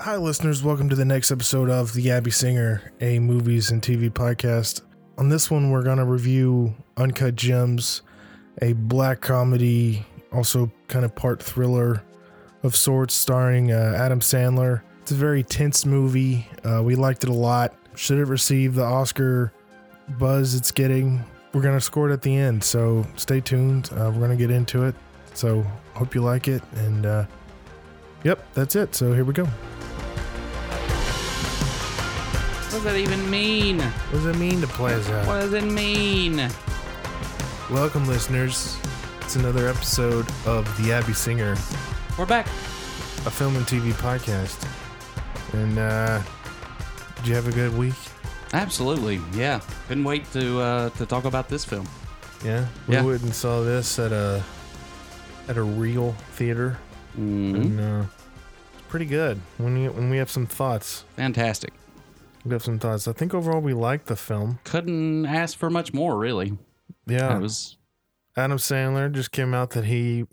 Hi, listeners. Welcome to the next episode of The Abby Singer, a movies and TV podcast. On this one, we're going to review Uncut Gems, a black comedy, also kind of part thriller of sorts, starring uh, Adam Sandler. It's a very tense movie. Uh, we liked it a lot. Should it receive the Oscar buzz it's getting? We're going to score it at the end, so stay tuned. Uh, we're going to get into it. So, hope you like it. And, uh, yep, that's it. So, here we go. What does that even mean? What does it mean to plaza? What does it mean? Welcome, listeners. It's another episode of The Abby Singer, We're back. a film and TV podcast. And, uh, did you have a good week? Absolutely, yeah. Couldn't wait to uh, to talk about this film. Yeah. We Yeah. went and saw this at a at a real theater. Mm, And, uh, it's pretty good when, you, when we have some thoughts. fantastic. We have some thoughts. I think overall we liked the film. Couldn't ask for much more, really. Yeah. It was Adam Sandler just came out that he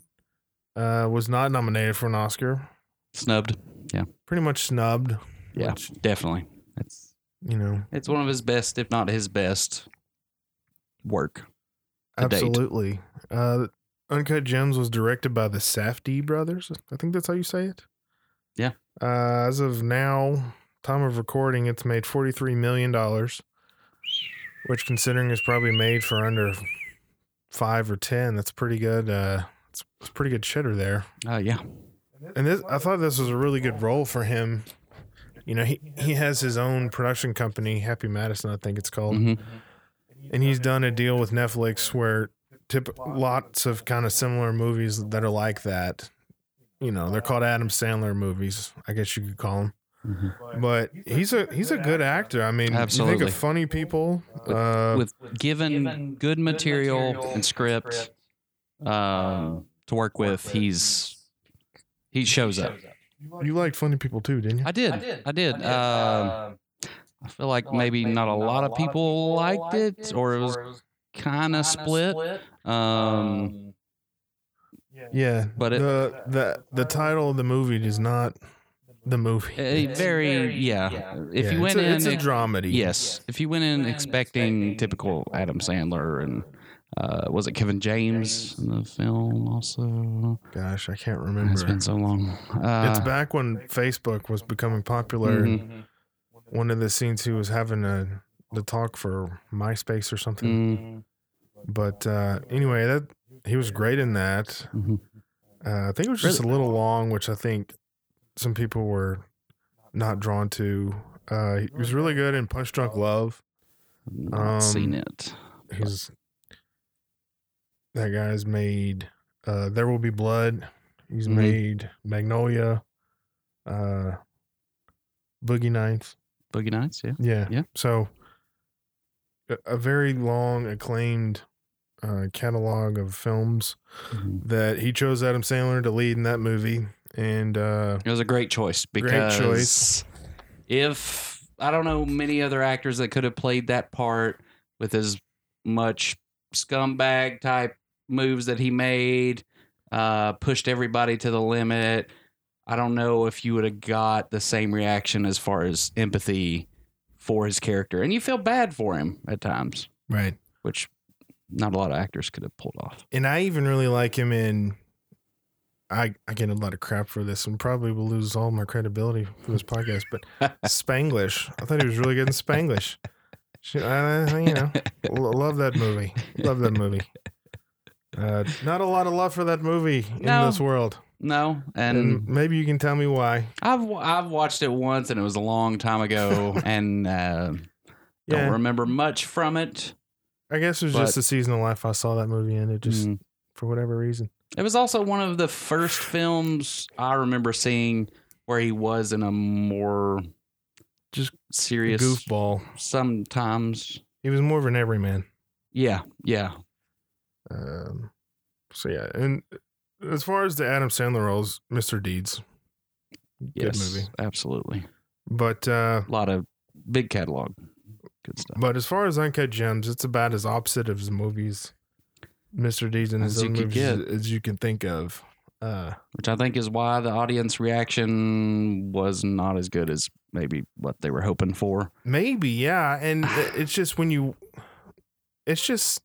uh, was not nominated for an Oscar. snubbed. Yeah, Pretty much snubbed. yeah, Which, definitely. It's you know, it's one of his best, if not his best, work. to date. Absolutely. Uh, Uncut Gems was directed by the Safdie brothers. I think that's how you say it. Yeah. Uh, as of now, time of recording, it's made forty-three million dollars, which, considering it's probably made for under five or ten, that's pretty good. Uh, it's, it's pretty good cheddar there. Oh yeah, And this, I thought this was a really good role for him. You know, he, he has his own production company, Happy Madison, I think it's called hmm and he's done a deal with Netflix where tip lots of kind of similar movies that are like that. You know, they're called Adam Sandler movies, I guess you could call them. Mm-hmm. But he's a he's a good actor. I mean, you think Absolutely. of funny people. Uh, with given good material and script um, to work with, he's he shows up. you liked funny people too, didn't you? I did. I did. I did. Uh, I feel like maybe not a lot of people liked it, or it was kind of split. Um, Yeah, But it- the the the title of the movie is not the movie. a very, yeah. If Yeah, you it's went a, in, it's a dramedy. yes. If you went in expecting typical Adam Sandler and uh, was it Kevin James in the film also? Gosh, I can't It's remember. been so long. it's Uh, back when Facebook was becoming popular. and mhm, one of the scenes he was having a the talk for MySpace or something. mm, But uh, anyway, that he was great in that. mhm. Uh, I think it was just a little long, which I think some people were not drawn to. Uh, he was really good in Punch Drunk Love. Not Um, seen it. He's that guy's made uh, There Will Be Blood. He's Mhm. made Magnolia, uh, Boogie Nights. Boogie Nights, yeah. Yeah. Yeah. So a, a very long acclaimed uh, catalog of films Mhm. that he chose Adam Sandler to lead in that movie. And uh, It was a great choice because Great choice. if I don't know many other actors that could have played that part with as much scumbag type moves that he made, uh, pushed everybody to the limit. I don't know if you would have got the same reaction as far as empathy for his character, and you feel bad for him at times, right. which not a lot of actors could have pulled off. And I even really like him in. I, I get a lot of crap for this and probably will lose all my credibility for this podcast, but Spanglish. I thought he was really good in Spanglish. Sh- Uh, you know, lo- love that movie. Love that movie. Uh, not a lot of love for that movie in No. this world. No, and And maybe you can tell me why. I've w- I've watched it once and it was a long time ago and uh, Yeah, don't remember much from it. I guess it was just but- the season of life I saw that movie in. It just Mm. for whatever reason. It was also one of the first films I remember seeing where he was in a more Just serious Goofball. sometimes. He was more of an everyman. Yeah, yeah. Um, so yeah, and as far as the Adam Sandler roles, Mr. Deeds, Yes, movie. Absolutely. but uh, A lot of big catalog. Good stuff. but as far as Uncut Gems, it's about as opposite of his movies, Mr. Deeds and his As you own could movies, get. as you can think of. Uh, which I think is why the audience reaction was not as good as maybe what they were hoping for. Maybe, yeah. And it- it's just when you, it's just,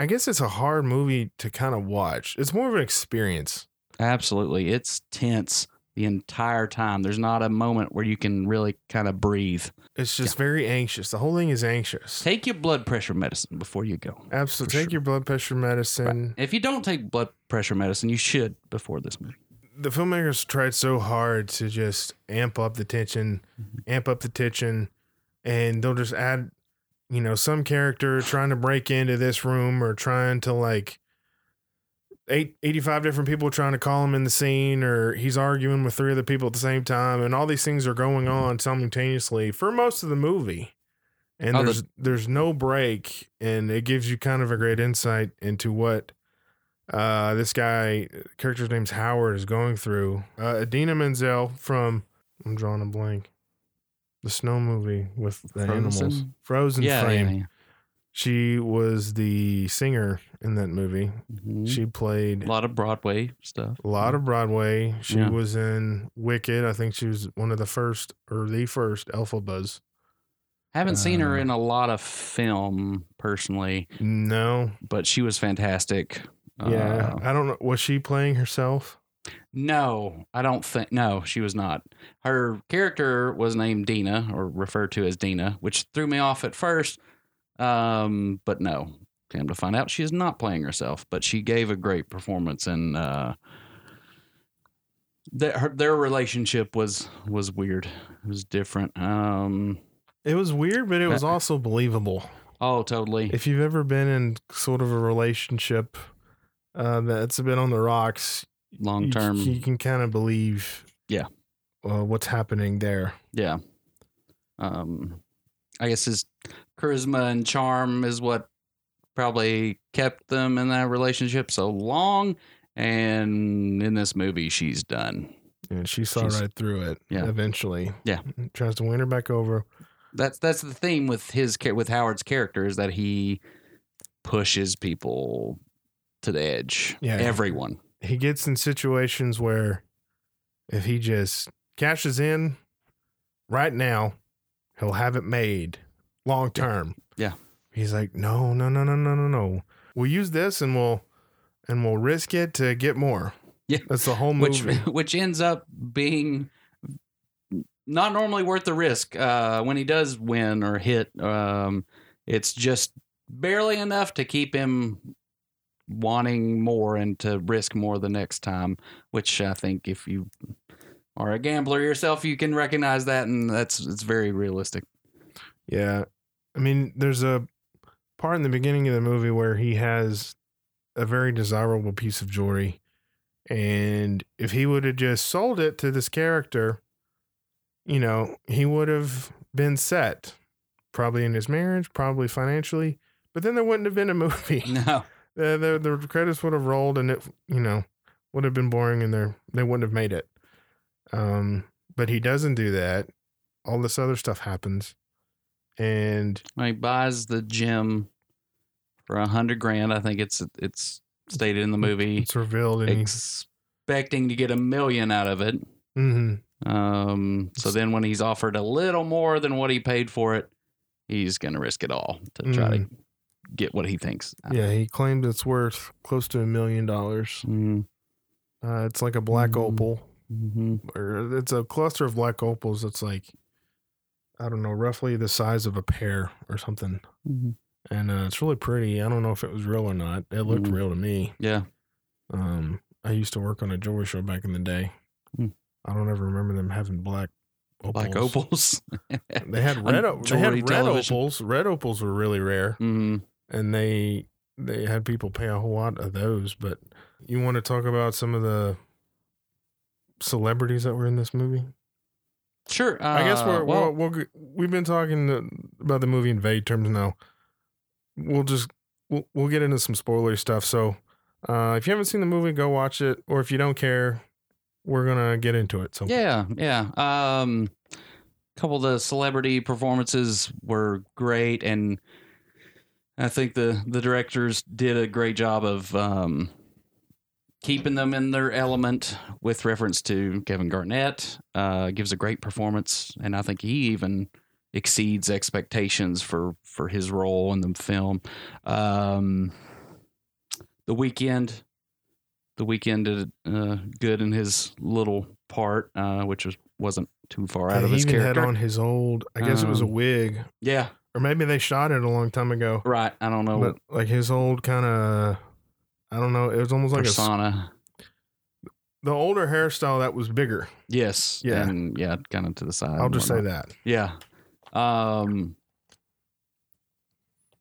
I guess it's a hard movie to kind of watch. It's more of an experience. Absolutely. It's tense the entire time. There's not a moment where you can really kind of breathe. It's just very anxious. The whole thing is anxious. Take your blood pressure medicine before you go. Absolutely. For Take sure. your blood pressure medicine. If you don't take blood pressure medicine, you should before this movie. The filmmakers tried so hard to just amp up the tension, amp up the tension, and they'll just add, you know, some character trying to break into this room or trying to like eight, 85 different people trying to call him in the scene or he's arguing with three other people at the same time and all these things are going on simultaneously for most of the movie and Oh, the- there's there's no break and it gives you kind of a great insight into what uh, this guy character's name's Howard is going through uh, Adina Menzel from I'm drawing a blank the snow movie with the animals Frozen? Frozen frame yeah. she was the singer in that movie Mhm. she played a lot of Broadway stuff. a lot of Broadway. She Yeah. was in Wicked. I think she was one of the first or the first Alpha Buzz. Haven't seen her uh, in a lot of film personally, No. but she was fantastic. Yeah. Uh, I don't know. Was she playing herself? No, I don't think. No, she was not. Her character was named Dina or referred to as Dina, which threw me off at first. Um, but no, came to find out she is not playing herself, but she gave a great performance and uh, that her, their relationship was was weird. It was different. Um, It was weird, but it Uh, was also believable. oh, totally. If you've ever been in sort of a relationship uh, that's been on the rocks, Long you, you term. can kind of believe Yeah. uh, what's happening there. Yeah. Um, I guess his charisma and charm is what probably kept them in that relationship so long. And in this movie, she's done. And she saw She's- right through it Yeah. eventually. Yeah. Tries to win her back over. That's that's the theme with his cha- with Howard's character is that he pushes people to the edge. Yeah. Everyone. he gets in situations where if he just cashes in right now, he'll have it made long term. Yeah. He's like, no, no, no, no, no, no, no. We'll use this and we'll and we'll risk it to get more. Yeah. That's the whole which movie. which ends up being not normally worth the risk uh, when he does win or hit. Um, it's just barely enough to keep him wanting more and to risk more the next time. Which I think if you are a gambler yourself, you can recognize that, and that's it's very realistic. Yeah. I mean, there's a part in the beginning of the movie where he has a very desirable piece of jewelry. And if he would have just sold it to this character, you know, he would have been set probably in his marriage, probably financially, but then there wouldn't have been a movie. No, the, the, the credits would have rolled and it, you know, would have been boring and there they wouldn't have made it. Um, but he doesn't do that. All this other stuff happens. And he buys the gym for a hundred grand. I think it's it's stated in the movie. it's revealed and he- expecting to get a million out of it. Mhm. Um, so then when he's offered a little more than what he paid for it, he's going to risk it all to try to get what he thinks. Mm-hmm. yeah, he claimed it's worth close to a million dollars. Mhm. Uh, it's like a black Mhm. opal, Mhm. or it's a cluster of black opals that's like, I don't know, roughly the size of a pear or something. Mhm. And uh, it's really pretty. I don't know if it was real or not. It looked Mhm. real to me. Yeah. Um, I used to work on a jewelry show back in the day. Hmm. I don't ever remember them having black opals. Black opals. They had red. On O- they had jewelry red television. opals. Red opals were really rare, Mhm. and they they had people pay a whole lot of those. But you want to talk about some of the celebrities that were in this movie? Sure. I guess uh, we're, well, we'll, we'll we've been talking uh, about the movie in vague terms now. We'll just we'll, we'll get into some spoilery stuff. So uh, if you haven't seen the movie, go watch it. Or if you don't care, we're gonna get into it. So Yeah, yeah. Um, couple of the celebrity performances were great, and I think the the directors did a great job of um, keeping them in their element with reference to Kevin Garnett. Uh, gives a great performance, and I think he even exceeds expectations for for his role in the film. Um, the weekend, the weekend did uh, good in his little part, uh, which was wasn't too far out Yeah, of he his even character. had on his old. I guess it was a Um, wig, yeah, or maybe they shot it a long time ago. right. I don't know But like his old kind of, I don't know. It was almost like a s persona. the older hairstyle that was bigger. yes. Yeah. And yeah, kind of to the side. I'll and just say whatnot. that. Yeah. Um,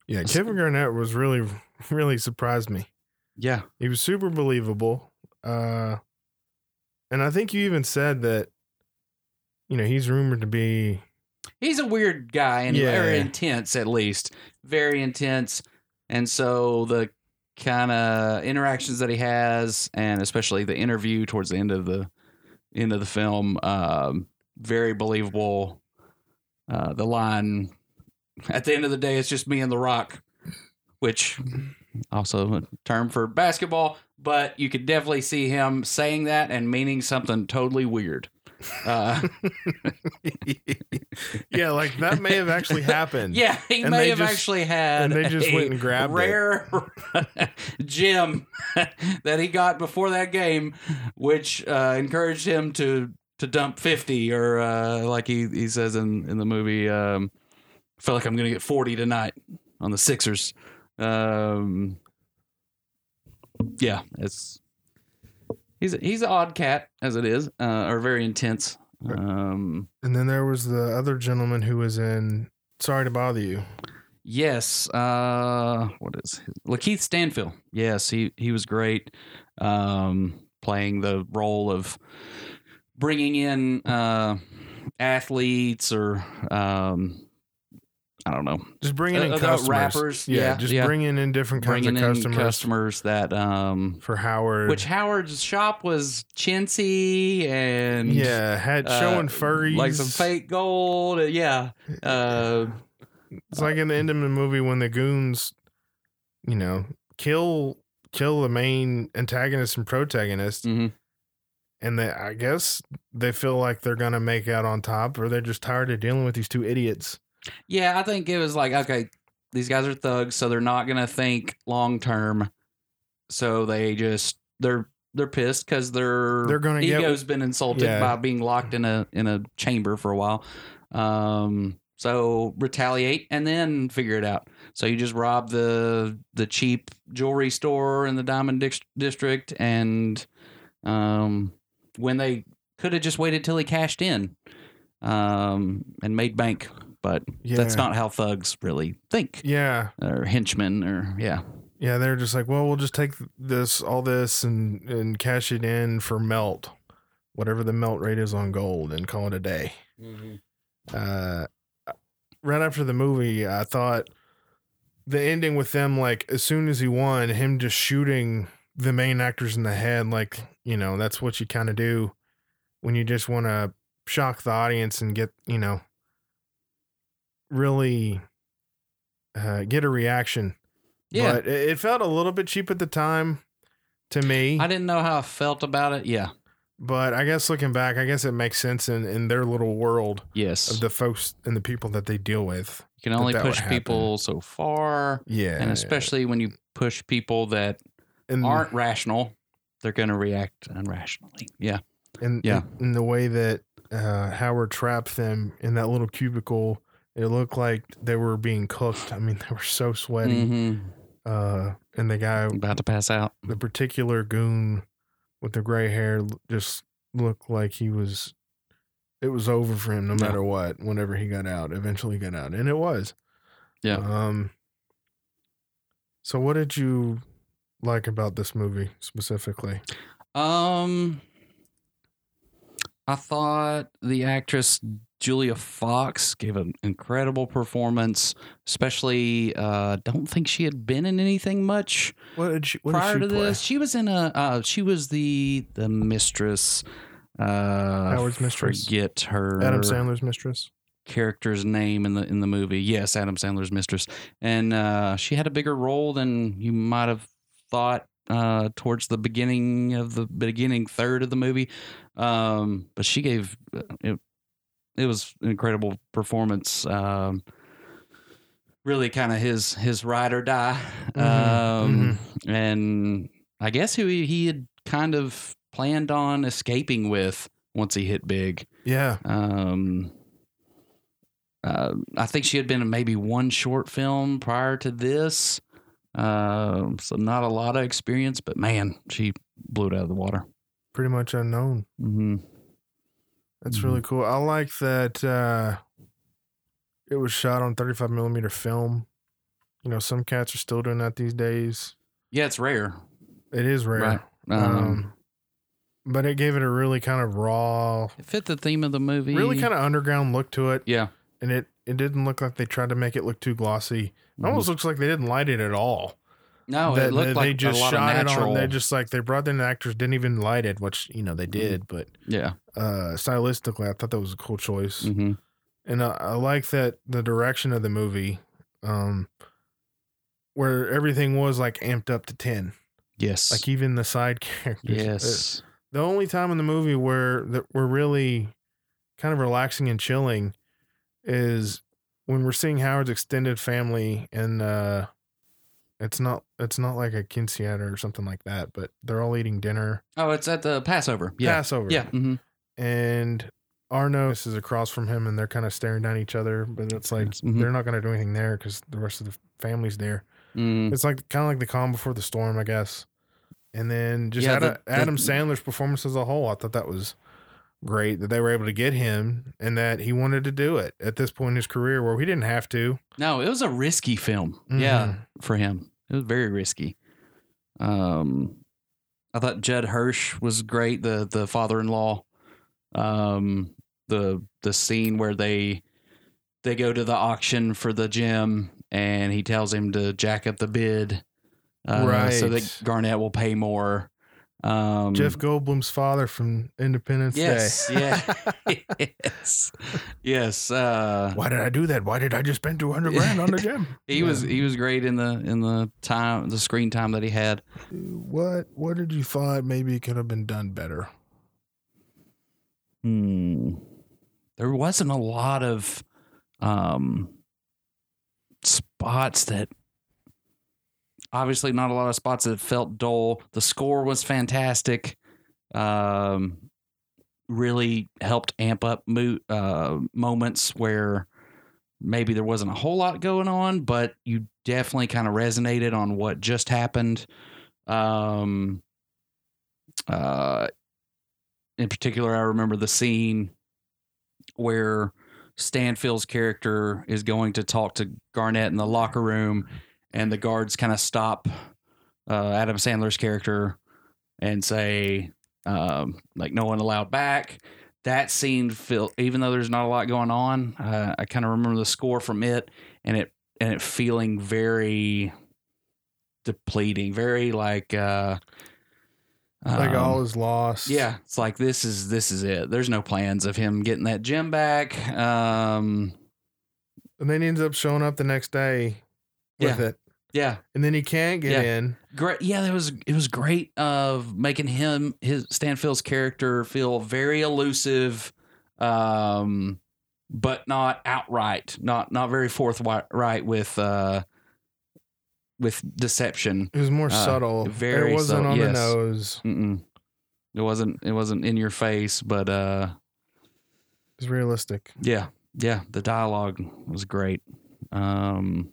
Yeah, That's- Kevin Garnett was really, really surprised me. yeah. He was super believable. Uh, and I think you even said that, you know, he's rumored to be he's a weird guy and Yeah. very intense at least very intense and so the kind of interactions that he has and especially the interview towards the end of the end of the film um, very believable uh, the line at the end of the day it's just me and the rock which also a term for basketball but you could definitely see him saying that and meaning something totally weird uh, yeah, like that may have actually happened. Yeah, he And may they have just- actually had and they just a went and grabbed it. rare gem that he got before that game, which uh, encouraged him to to dump fifty or uh, like he he says in in the movie, um, felt like I'm gonna get forty tonight on the Sixers. Um, yeah, it's he's a, he's an odd cat as it is, uh, or very intense. Um, And then there was the other gentleman who was in Sorry to Bother You. Yes. Uh, what is his? Lakeith Stanfield? Yes, he he was great, um, playing the role of bringing in uh, athletes or um, I don't know, Just bringing in Uh, uh, customers. rappers, Yeah, yeah, just yeah. bringing in different kinds bringing of in customers customers that um, for Howard. which Howard's shop was chintzy and yeah, had uh, showing furries. like some fake gold. Yeah. Uh, It's like in the end of the movie when the goons, you know, kill kill the main antagonist and protagonist, mhm. and they I guess they feel like they're gonna make out on top, or they're just tired of dealing with these two idiots. Yeah, I think it was like, okay, these guys are thugs, so they're not gonna think long term. So they just they're they're pissed because their They're gonna get- ego's been insulted Yeah. by being locked in a in a chamber for a while. Um, so retaliate and then figure it out. So you just rob the the cheap jewelry store in the Diamond Dix- District, and um, when they could have just waited till he cashed in, um, and made bank, but Yeah, that's not how thugs really think Yeah, or henchmen or yeah yeah, they're just like, well, we'll just take this, all this, and and cash it in for melt, whatever the melt rate is on gold, and call it a day. Mm-hmm. uh, right after the movie, I thought the ending with them, like as soon as he won, him just shooting the main actors in the head, like you know, that's what you kind of do when you just want to shock the audience and get you know really uh, get a reaction. yeah but it, it felt a little bit cheap at the time to me. i didn't know how i felt about it yeah but I guess looking back, I guess it makes sense in in their little world yes of the folks and the people that they deal with. you can only that would push people so far Yeah, Mm. and especially when you push people that and, aren't rational they're going to react irrationally yeah and yeah. in the way that uh, Howard trapped them in that little cubicle. It looked like they were being cooked. I mean, they were so sweaty. Mhm. Uh, and the guy, about to pass out the particular goon with the gray hair, l- just looked like he was. It was over for him, no Yeah. matter what. Whenever he got out, eventually got out, and it was. Yeah. Um. So, what did you like about this movie specifically? Um, I thought the actress Julia Fox gave an incredible performance, especially. Uh, don't think she had been in anything much What did she? What prior did she to play? this. She was in a. Uh, she was the the mistress. Uh, Howard's mistress? Forget her Adam Sandler's mistress. character's name in the in the movie. Yes, Adam Sandler's mistress, and uh, she had a bigger role than you might have thought uh, towards the beginning of the beginning third of the movie. Um, but she gave it, it was an incredible performance. Um, really kind of his, his ride or die. Mhm, Um, and I guess who he, he had kind of planned on escaping with once he hit big. Yeah. Um, uh, I think she had been in maybe one short film prior to this. Um, so not a lot of experience, but man, she blew it out of the water. Pretty much unknown. Mm-hmm. That's Mhm. really cool. I like that uh, it was shot on 35 millimeter film. You know, some cats are still doing that these days. Yeah, it's rare. It is rare. Right. Um, Um, but it gave it a really kind of raw, it fit the theme of the movie. really kind of underground look to it. Yeah. And it, it didn't look like they tried to make it look too glossy. It almost looks like they didn't light it at all. Mm-hmm. no, That- Mm-hmm. Oh, it looked that like a lot of natural. Mm-hmm. They just like they brought in the actors, didn't even light it, which you know they did. But yeah. uh, stylistically, I thought that was a cool choice. hmm and I, I like that the direction of the movie, um, where everything was like amped up to ten, Yes. like even the side characters. Uh, yes. The only time in the movie where that we're really kind of relaxing and chilling is when we're seeing Howard's extended family, and uh, it's not it's not like a quinceanera or something like that, but they're all eating dinner, oh, it's at the Passover. Yeah. Passover, Yeah. hmm and Arno is across from him, and they're kind of staring down at each other, but it's like Mm-hmm. they're not going to do anything there because the rest of the family's there. Mm. It's like kind of like the calm before the storm, I guess. And then just Yeah, Ad- the- the- Adam Sandler's performance as a whole, I thought that was great that they were able to get him and that he wanted to do it at this point in his career where he didn't have to. No, it was a risky film. Mm-hmm. Yeah. Mm-hmm. for him. It was very risky. Um, I thought Judd Hirsch was great. The the father in law. Um, the the scene where they they go to the auction for the gym, and he tells him to jack up the bid, uh, so that Right. Garnett will pay more. Um, Jeff Goldblum's father from Independence Yes, Day. yeah, yes, yes. Uh, Why did I do that? Why did I just spend 200 grand on the gym? he was he was great in the in the time the screen time that he had. What what did you thought maybe could have been done better? Hmm. There wasn't a lot of um, spots that. Obviously, not a lot of spots that felt dull. The score was fantastic. Um, really helped amp up mo- uh, moments where maybe there wasn't a whole lot going on, but you definitely kind of resonated on what just happened. Um, uh, in particular, I remember the scene where Stanfield's character is going to talk to Garnett in the locker room, and the guards kind of stop uh, Adam Sandler's character and say, um, like, no one allowed back. That scene felt, even though there's not a lot going on, uh, I kind of remember the score from it, and it and it feeling very depleting, very like uh, Like um, all is lost. yeah, it's like this is this is it. There's no plans of him getting that gym back. Um, And then he ends up showing up the next day with it. yeah, And then he can't get in. great. Yeah, that was it was great of making him his Stanfield's character feel very elusive, um, but not outright, not not very forthright right with uh, with deception. It was more Uh, subtle. very it wasn't subtle, on yes. the nose. Mm-mm. It wasn't it wasn't in your face, but uh, It was realistic. Yeah, yeah, the dialogue was great. Um,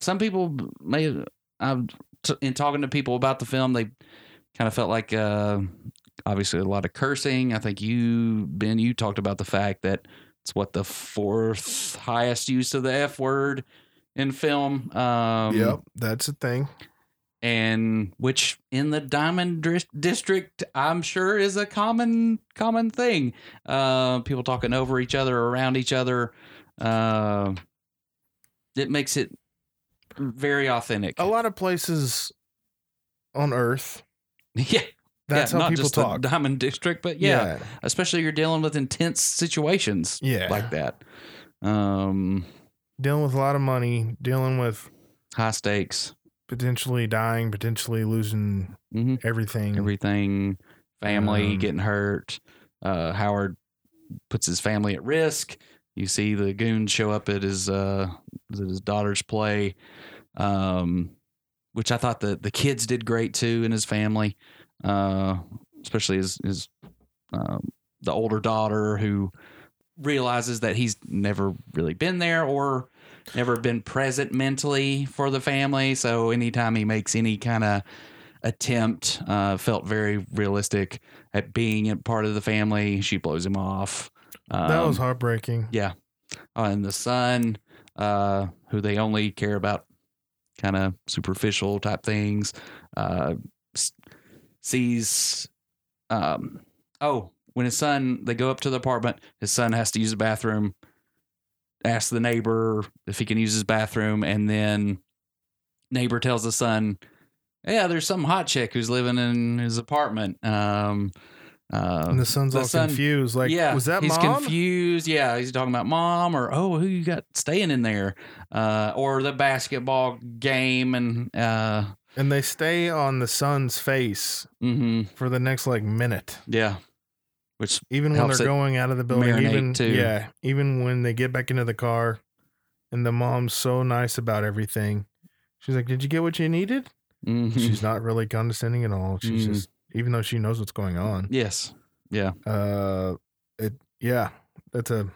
some people may, I've t- in talking to people about the film, they kind of felt like uh, obviously a lot of cursing. I think you, Ben, you talked about the fact that it's what the fourth highest use of the F word in film. Um, yep, that's a thing. and which in the diamond Dris- district i'm sure is a common common thing uh, people talking over each other around each other uh, it makes it very authentic A lot of places on Earth, yeah that's yeah, how not people just talk. the diamond district but yeah, especially you're dealing with intense situations Yeah. like that um dealing with a lot of money, dealing with high stakes potentially dying, potentially losing hmm everything. everything, family Um, getting hurt. Uh, Howard puts his family at risk. You see the goons show up at his uh, at his daughter's play, um, which I thought the the kids did great too in his family, uh, especially his his um, the older daughter who realizes that he's never really been there or never been present mentally for the family. So anytime he makes any kind of attempt uh, felt very realistic at being a part of the family. She blows him off. Um, that was heartbreaking. yeah. Uh, and the son, uh, who they only care about kind of superficial type things, uh, s- sees. Um, oh, when his son, they go up to the apartment, his son has to use the bathroom, asks the neighbor if he can use his bathroom, and then neighbor tells the son, yeah, there's some hot chick who's living in his apartment. Um, uh, And the son's the all son- confused. Like, was that he's mom? confused. Yeah, he's talking about mom or oh, who you got staying in there, uh, or the basketball game and uh, And they stay on the son's face hmm for the next like minute, yeah, which even when Helps they're it going out of the building. marinate, Even too. yeah, even when they get back into the car, and the mom's so nice about everything. She's like, "Did you get what you needed?" mhm. She's not really condescending at all. She's Mhm. just, even though she knows what's going on. yes, yeah, Uh, it yeah, that's a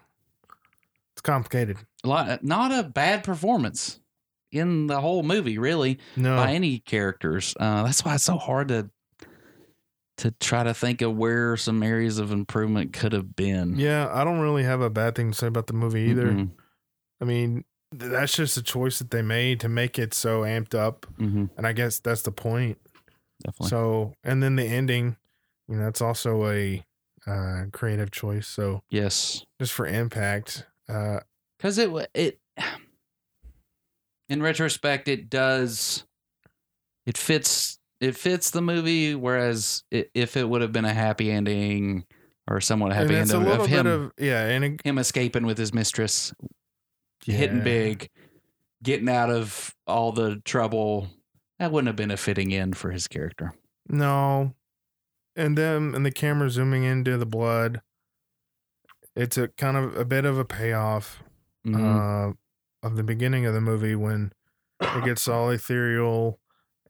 it's complicated. a lot, not a bad performance in the whole movie, really. No, by any characters. Uh, that's why it's so hard to to try to think of where some areas of improvement could have been. yeah, I don't really have a bad thing to say about the movie either. Mhm, I mean, th- that's just a choice that they made to make it so amped up, mhm, and I guess that's the point. definitely. So, and then the ending, you know, that's also a uh, creative choice. So, yes. just for impact, uh, because it wa- it in retrospect it does it fits it fits the movie whereas i if it would have been a happy ending or somewhat and happy it's a ending little of bit him of yeah, and it, him escaping with his mistress hitting yeah. big getting out of all the trouble that wouldn't have been a fitting end for his character No. And then and the camera zooming into the blood. It's a kind of a bit of a payoff Mhm. uh, of the beginning of the movie when it gets all ethereal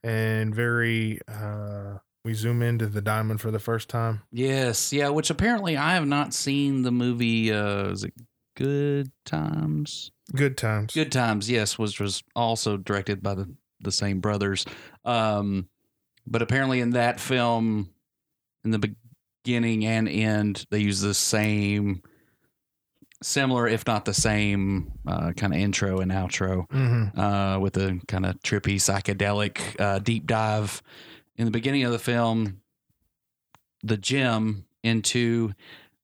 and very uh we zoom into the diamond for the first time. yes yeah which apparently i have not seen the movie uh is it good times Good times. Good Times, yes, was was also directed by the the same brothers. Um, but apparently, in that film, in the beginning and end, they use the same, similar if not the same, uh, kind of intro and outro hmm uh, with a kind of trippy psychedelic uh, deep dive in the beginning of the film. The gym into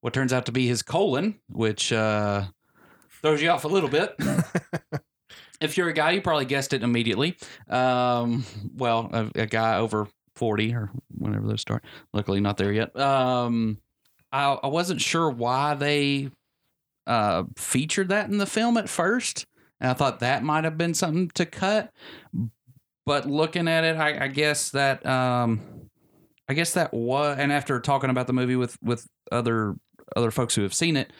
what turns out to be his colon, which uh, throws you off a little bit. if you're a guy, you probably guessed it immediately. Um, well, a, a guy over 40 or whenever those start. Luckily, not there yet. Um, I, I wasn't sure why they uh, featured that in the film at first. And I thought that might have been something to cut. But looking at it, I, I guess that. Um, I guess that was, and after talking about the movie with with other other folks who have seen it,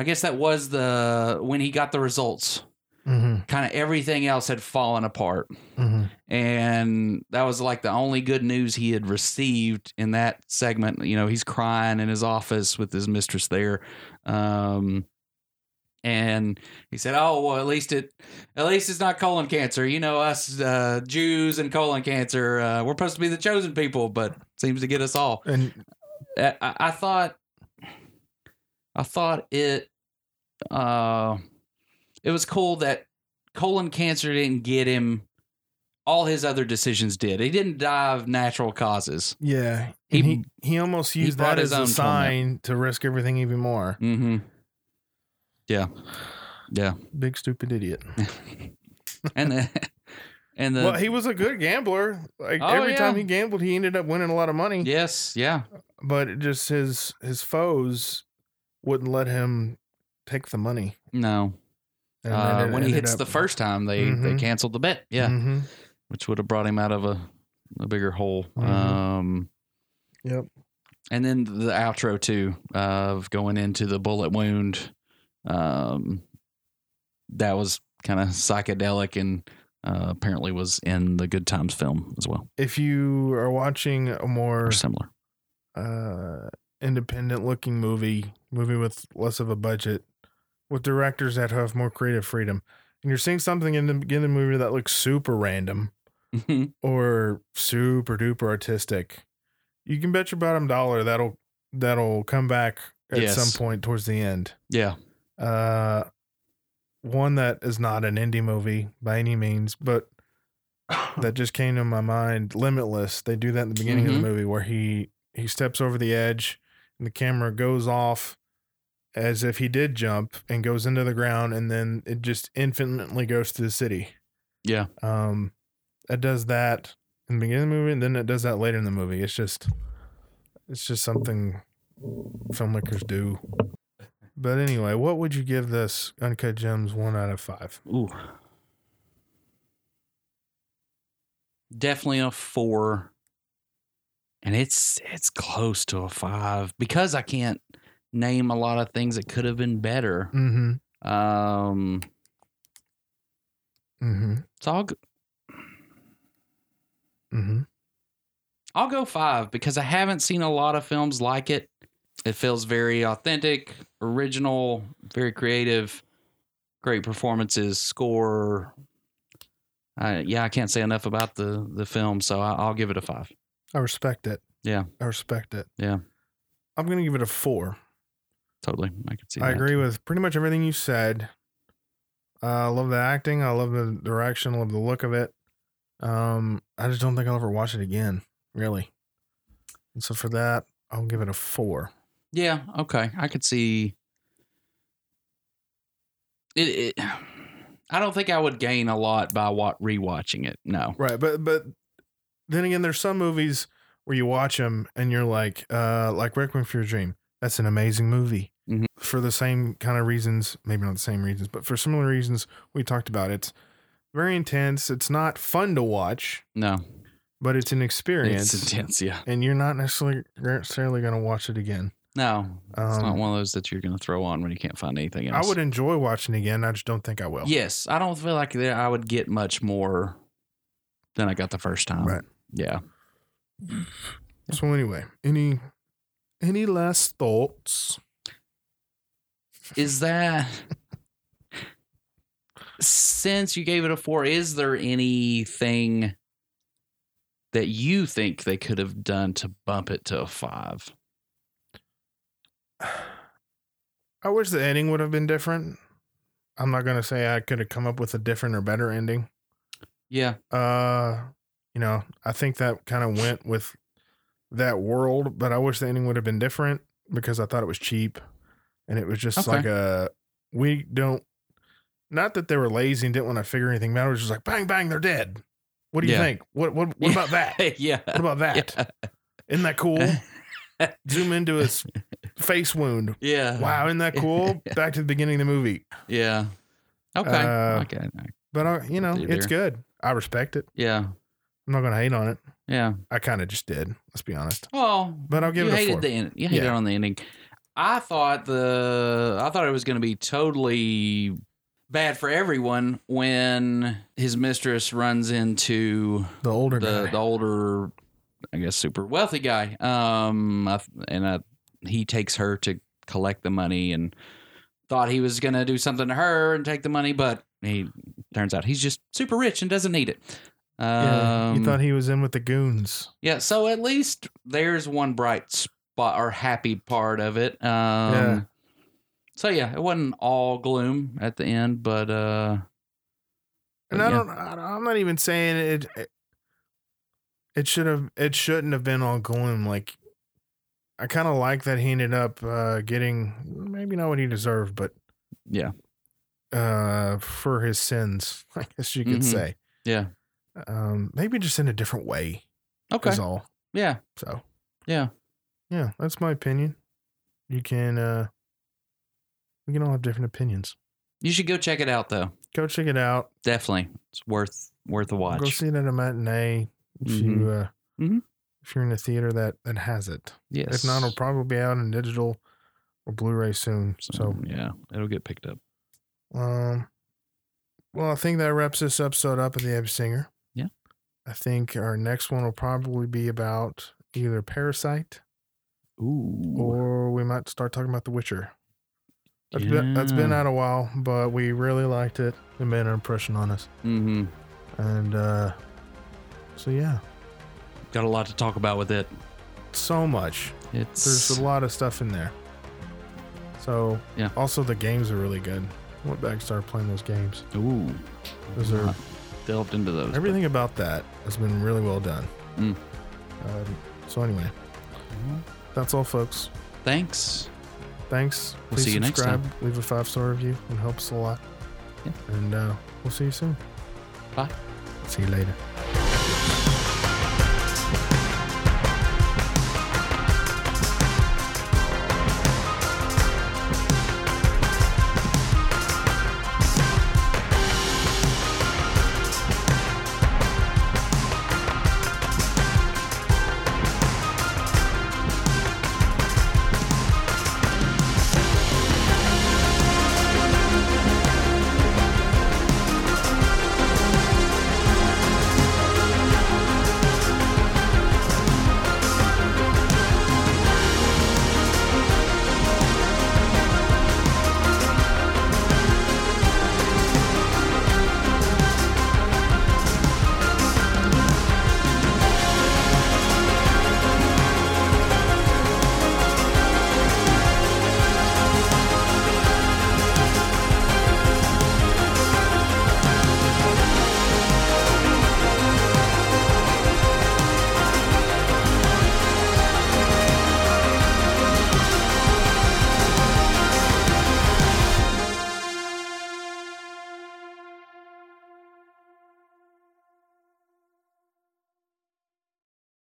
I guess that was the when he got the results hmm kind of everything else had fallen apart. hmm And that was like the only good news he had received in that segment. You know, he's crying in his office with his mistress there. Um, and he said, "Oh well, at least it, at least it's not colon cancer. You know, us uh, Jews and colon cancer, uh, we're supposed to be the chosen people, but seems to get us all." And I, I I thought I thought it uh it was cool that colon cancer didn't get him all his other decisions did. He didn't die of natural causes. yeah, He- and he he almost he used brought that as his a own torment. sign to risk everything even more. Mm-hmm. Yeah. Yeah. Big stupid idiot. And the, and the well, he was a good gambler. Like Oh, every yeah. time he gambled, he ended up winning a lot of money. Yes, yeah. But it just his his foes wouldn't let him take the money. No. And then Uh, it when he ended hits up- the first time they they Mhm. canceled the bet. Yeah. Mhm. which would have brought him out of a, a bigger hole. Mhm. Um, Yep. And then the outro too of going into the bullet wound. Um, that was kind of psychedelic and uh, apparently was in the Good Times film as well, If you are watching a more or similar. uh, independent looking movie, movie with less of a budget, with directors that have more creative freedom, and you're seeing something in the beginning of the movie that looks super random or super duper artistic, you can bet your bottom dollar that'll that'll come back at Yes. some point towards the end. yeah. Uh, one that is not an indie movie by any means, but that just came to my mind. Limitless. They do that in the beginning of Mhm. the movie where he he steps over the edge and the camera goes off as if he did jump and goes into the ground and then it just infinitely goes to the city. Yeah. Um, it does that in the beginning of the movie and then it does that later in the movie. It's just it's just something filmmakers do. But anyway, what would you give this Uncut Gems one out of five? Ooh. Definitely a four. And it's it's close to a five because I can't name a lot of things that could have been better. Mm-hmm. Um Mm-hmm. so I'll g- Mm-hmm. I'll go five because I haven't seen a lot of films like it. It feels very authentic, original, very creative, great performances, score. Uh, yeah, I can't say enough about the the film, so I, I'll give it a five. I respect it. Yeah. I respect it. Yeah. I'm going to give it a four. Totally, I can see. I that. agree with pretty much everything you said. Uh, I love the acting. I love the direction. I love the look of it. Um, I just don't think I'll ever watch it again, really. And so for that, I'll give it a four. Yeah. Okay. I could see. It, it. I don't think I would gain a lot by what rewatching it. No. Right, but but then again, there's some movies where you watch them and you're like, uh, like Requiem for Your Dream. That's an amazing movie. Mhm. For the same kind of reasons, maybe not the same reasons, but for similar reasons we talked about. It's very intense. It's not fun to watch, No. but it's an experience, It's intense. Yeah. and you're not necessarily necessarily going to watch it again. No. it's not Um, one of those that you're going to throw on when you can't find anything I else. would enjoy watching it again. I just don't think I will. Yes, I don't feel like there I would get much more than I got the first time. Right. Yeah. So anyway, any any last thoughts? Is that since you gave it a four, is there anything that you think they could have done to bump it to a five? I wish the ending would have been different. I'm not gonna say I could have come up with a different or better ending. Yeah. Uh, you know, I think that kind of went with that world, but I wish the ending would have been different because I thought it was cheap, and it was just Okay. like a we don't. Not that they were lazy and didn't want to figure anything out. It was just like bang bang, they're dead. What do you Yeah. think? What what what about that? yeah. What about that? Isn't that cool? Zoom into his face wound. yeah. Wow, isn't that cool? Back to the beginning of the movie. Yeah. Okay. Uh, okay. But I, you know, Dude, it's there. good. I respect it. Yeah. I'm not gonna hate on it. Yeah. I kind of just did. Let's be honest. Well, But I'll give you it a hated four. the end. You hated Yeah. on the ending. I thought the I thought it was going to be totally bad for everyone when his mistress runs into The older the, guy. the older, I guess, super wealthy guy. Um, I, and I, he takes her to collect the money and thought he was going to do something to her and take the money, but he turns out he's just super rich and doesn't need it. Um, yeah, you thought he was in with the goons. yeah, so at least there's one bright spot or happy part of it. Um, Yeah. So yeah, it wasn't all gloom at the end, but uh, And but I yeah. don't. I, don't- I'm not even saying it. It, it should have. It shouldn't have been all gloom. Like, I kind of like that he ended up uh, getting maybe not what he deserved, but Yeah. uh, for his sins, I guess you could Mhm. say. yeah, Um, maybe just in a different way. okay, Is all. yeah, So Yeah. yeah, that's my opinion. You can uh we can all have different opinions. you should go check it out though. Go check it out. Definitely, it's worth worth a watch. Go see it at a matinee if you uh, Mhm. if you're in a theater that that has it. yes. If not, it'll probably be out in digital or Blu-ray soon. So, Mm, yeah, it'll get picked up. um, well, I think that wraps this episode up of the Ebb Singer. Yeah. I think our next one will probably be about either Parasite Ooh. or we might start talking about The Witcher. That's been, that's been Yeah. out a while, but we really liked it. It made an impression on us. hmm And uh, so, yeah, Got a lot to talk about with it. so much. It's There's a lot of stuff in there. So, Yeah. also, the games are really good. I went back and started playing those games. ooh. Those are, Not delved into those. but- everything about that has been really well done. Mm. Mm-hmm. Um, so, anyway, that's all, folks. Thanks. Thanks. We'll Please see you next subscribe, leave a five star review. It helps a lot. Yeah. And uh, we'll see you soon. Bye. See you later.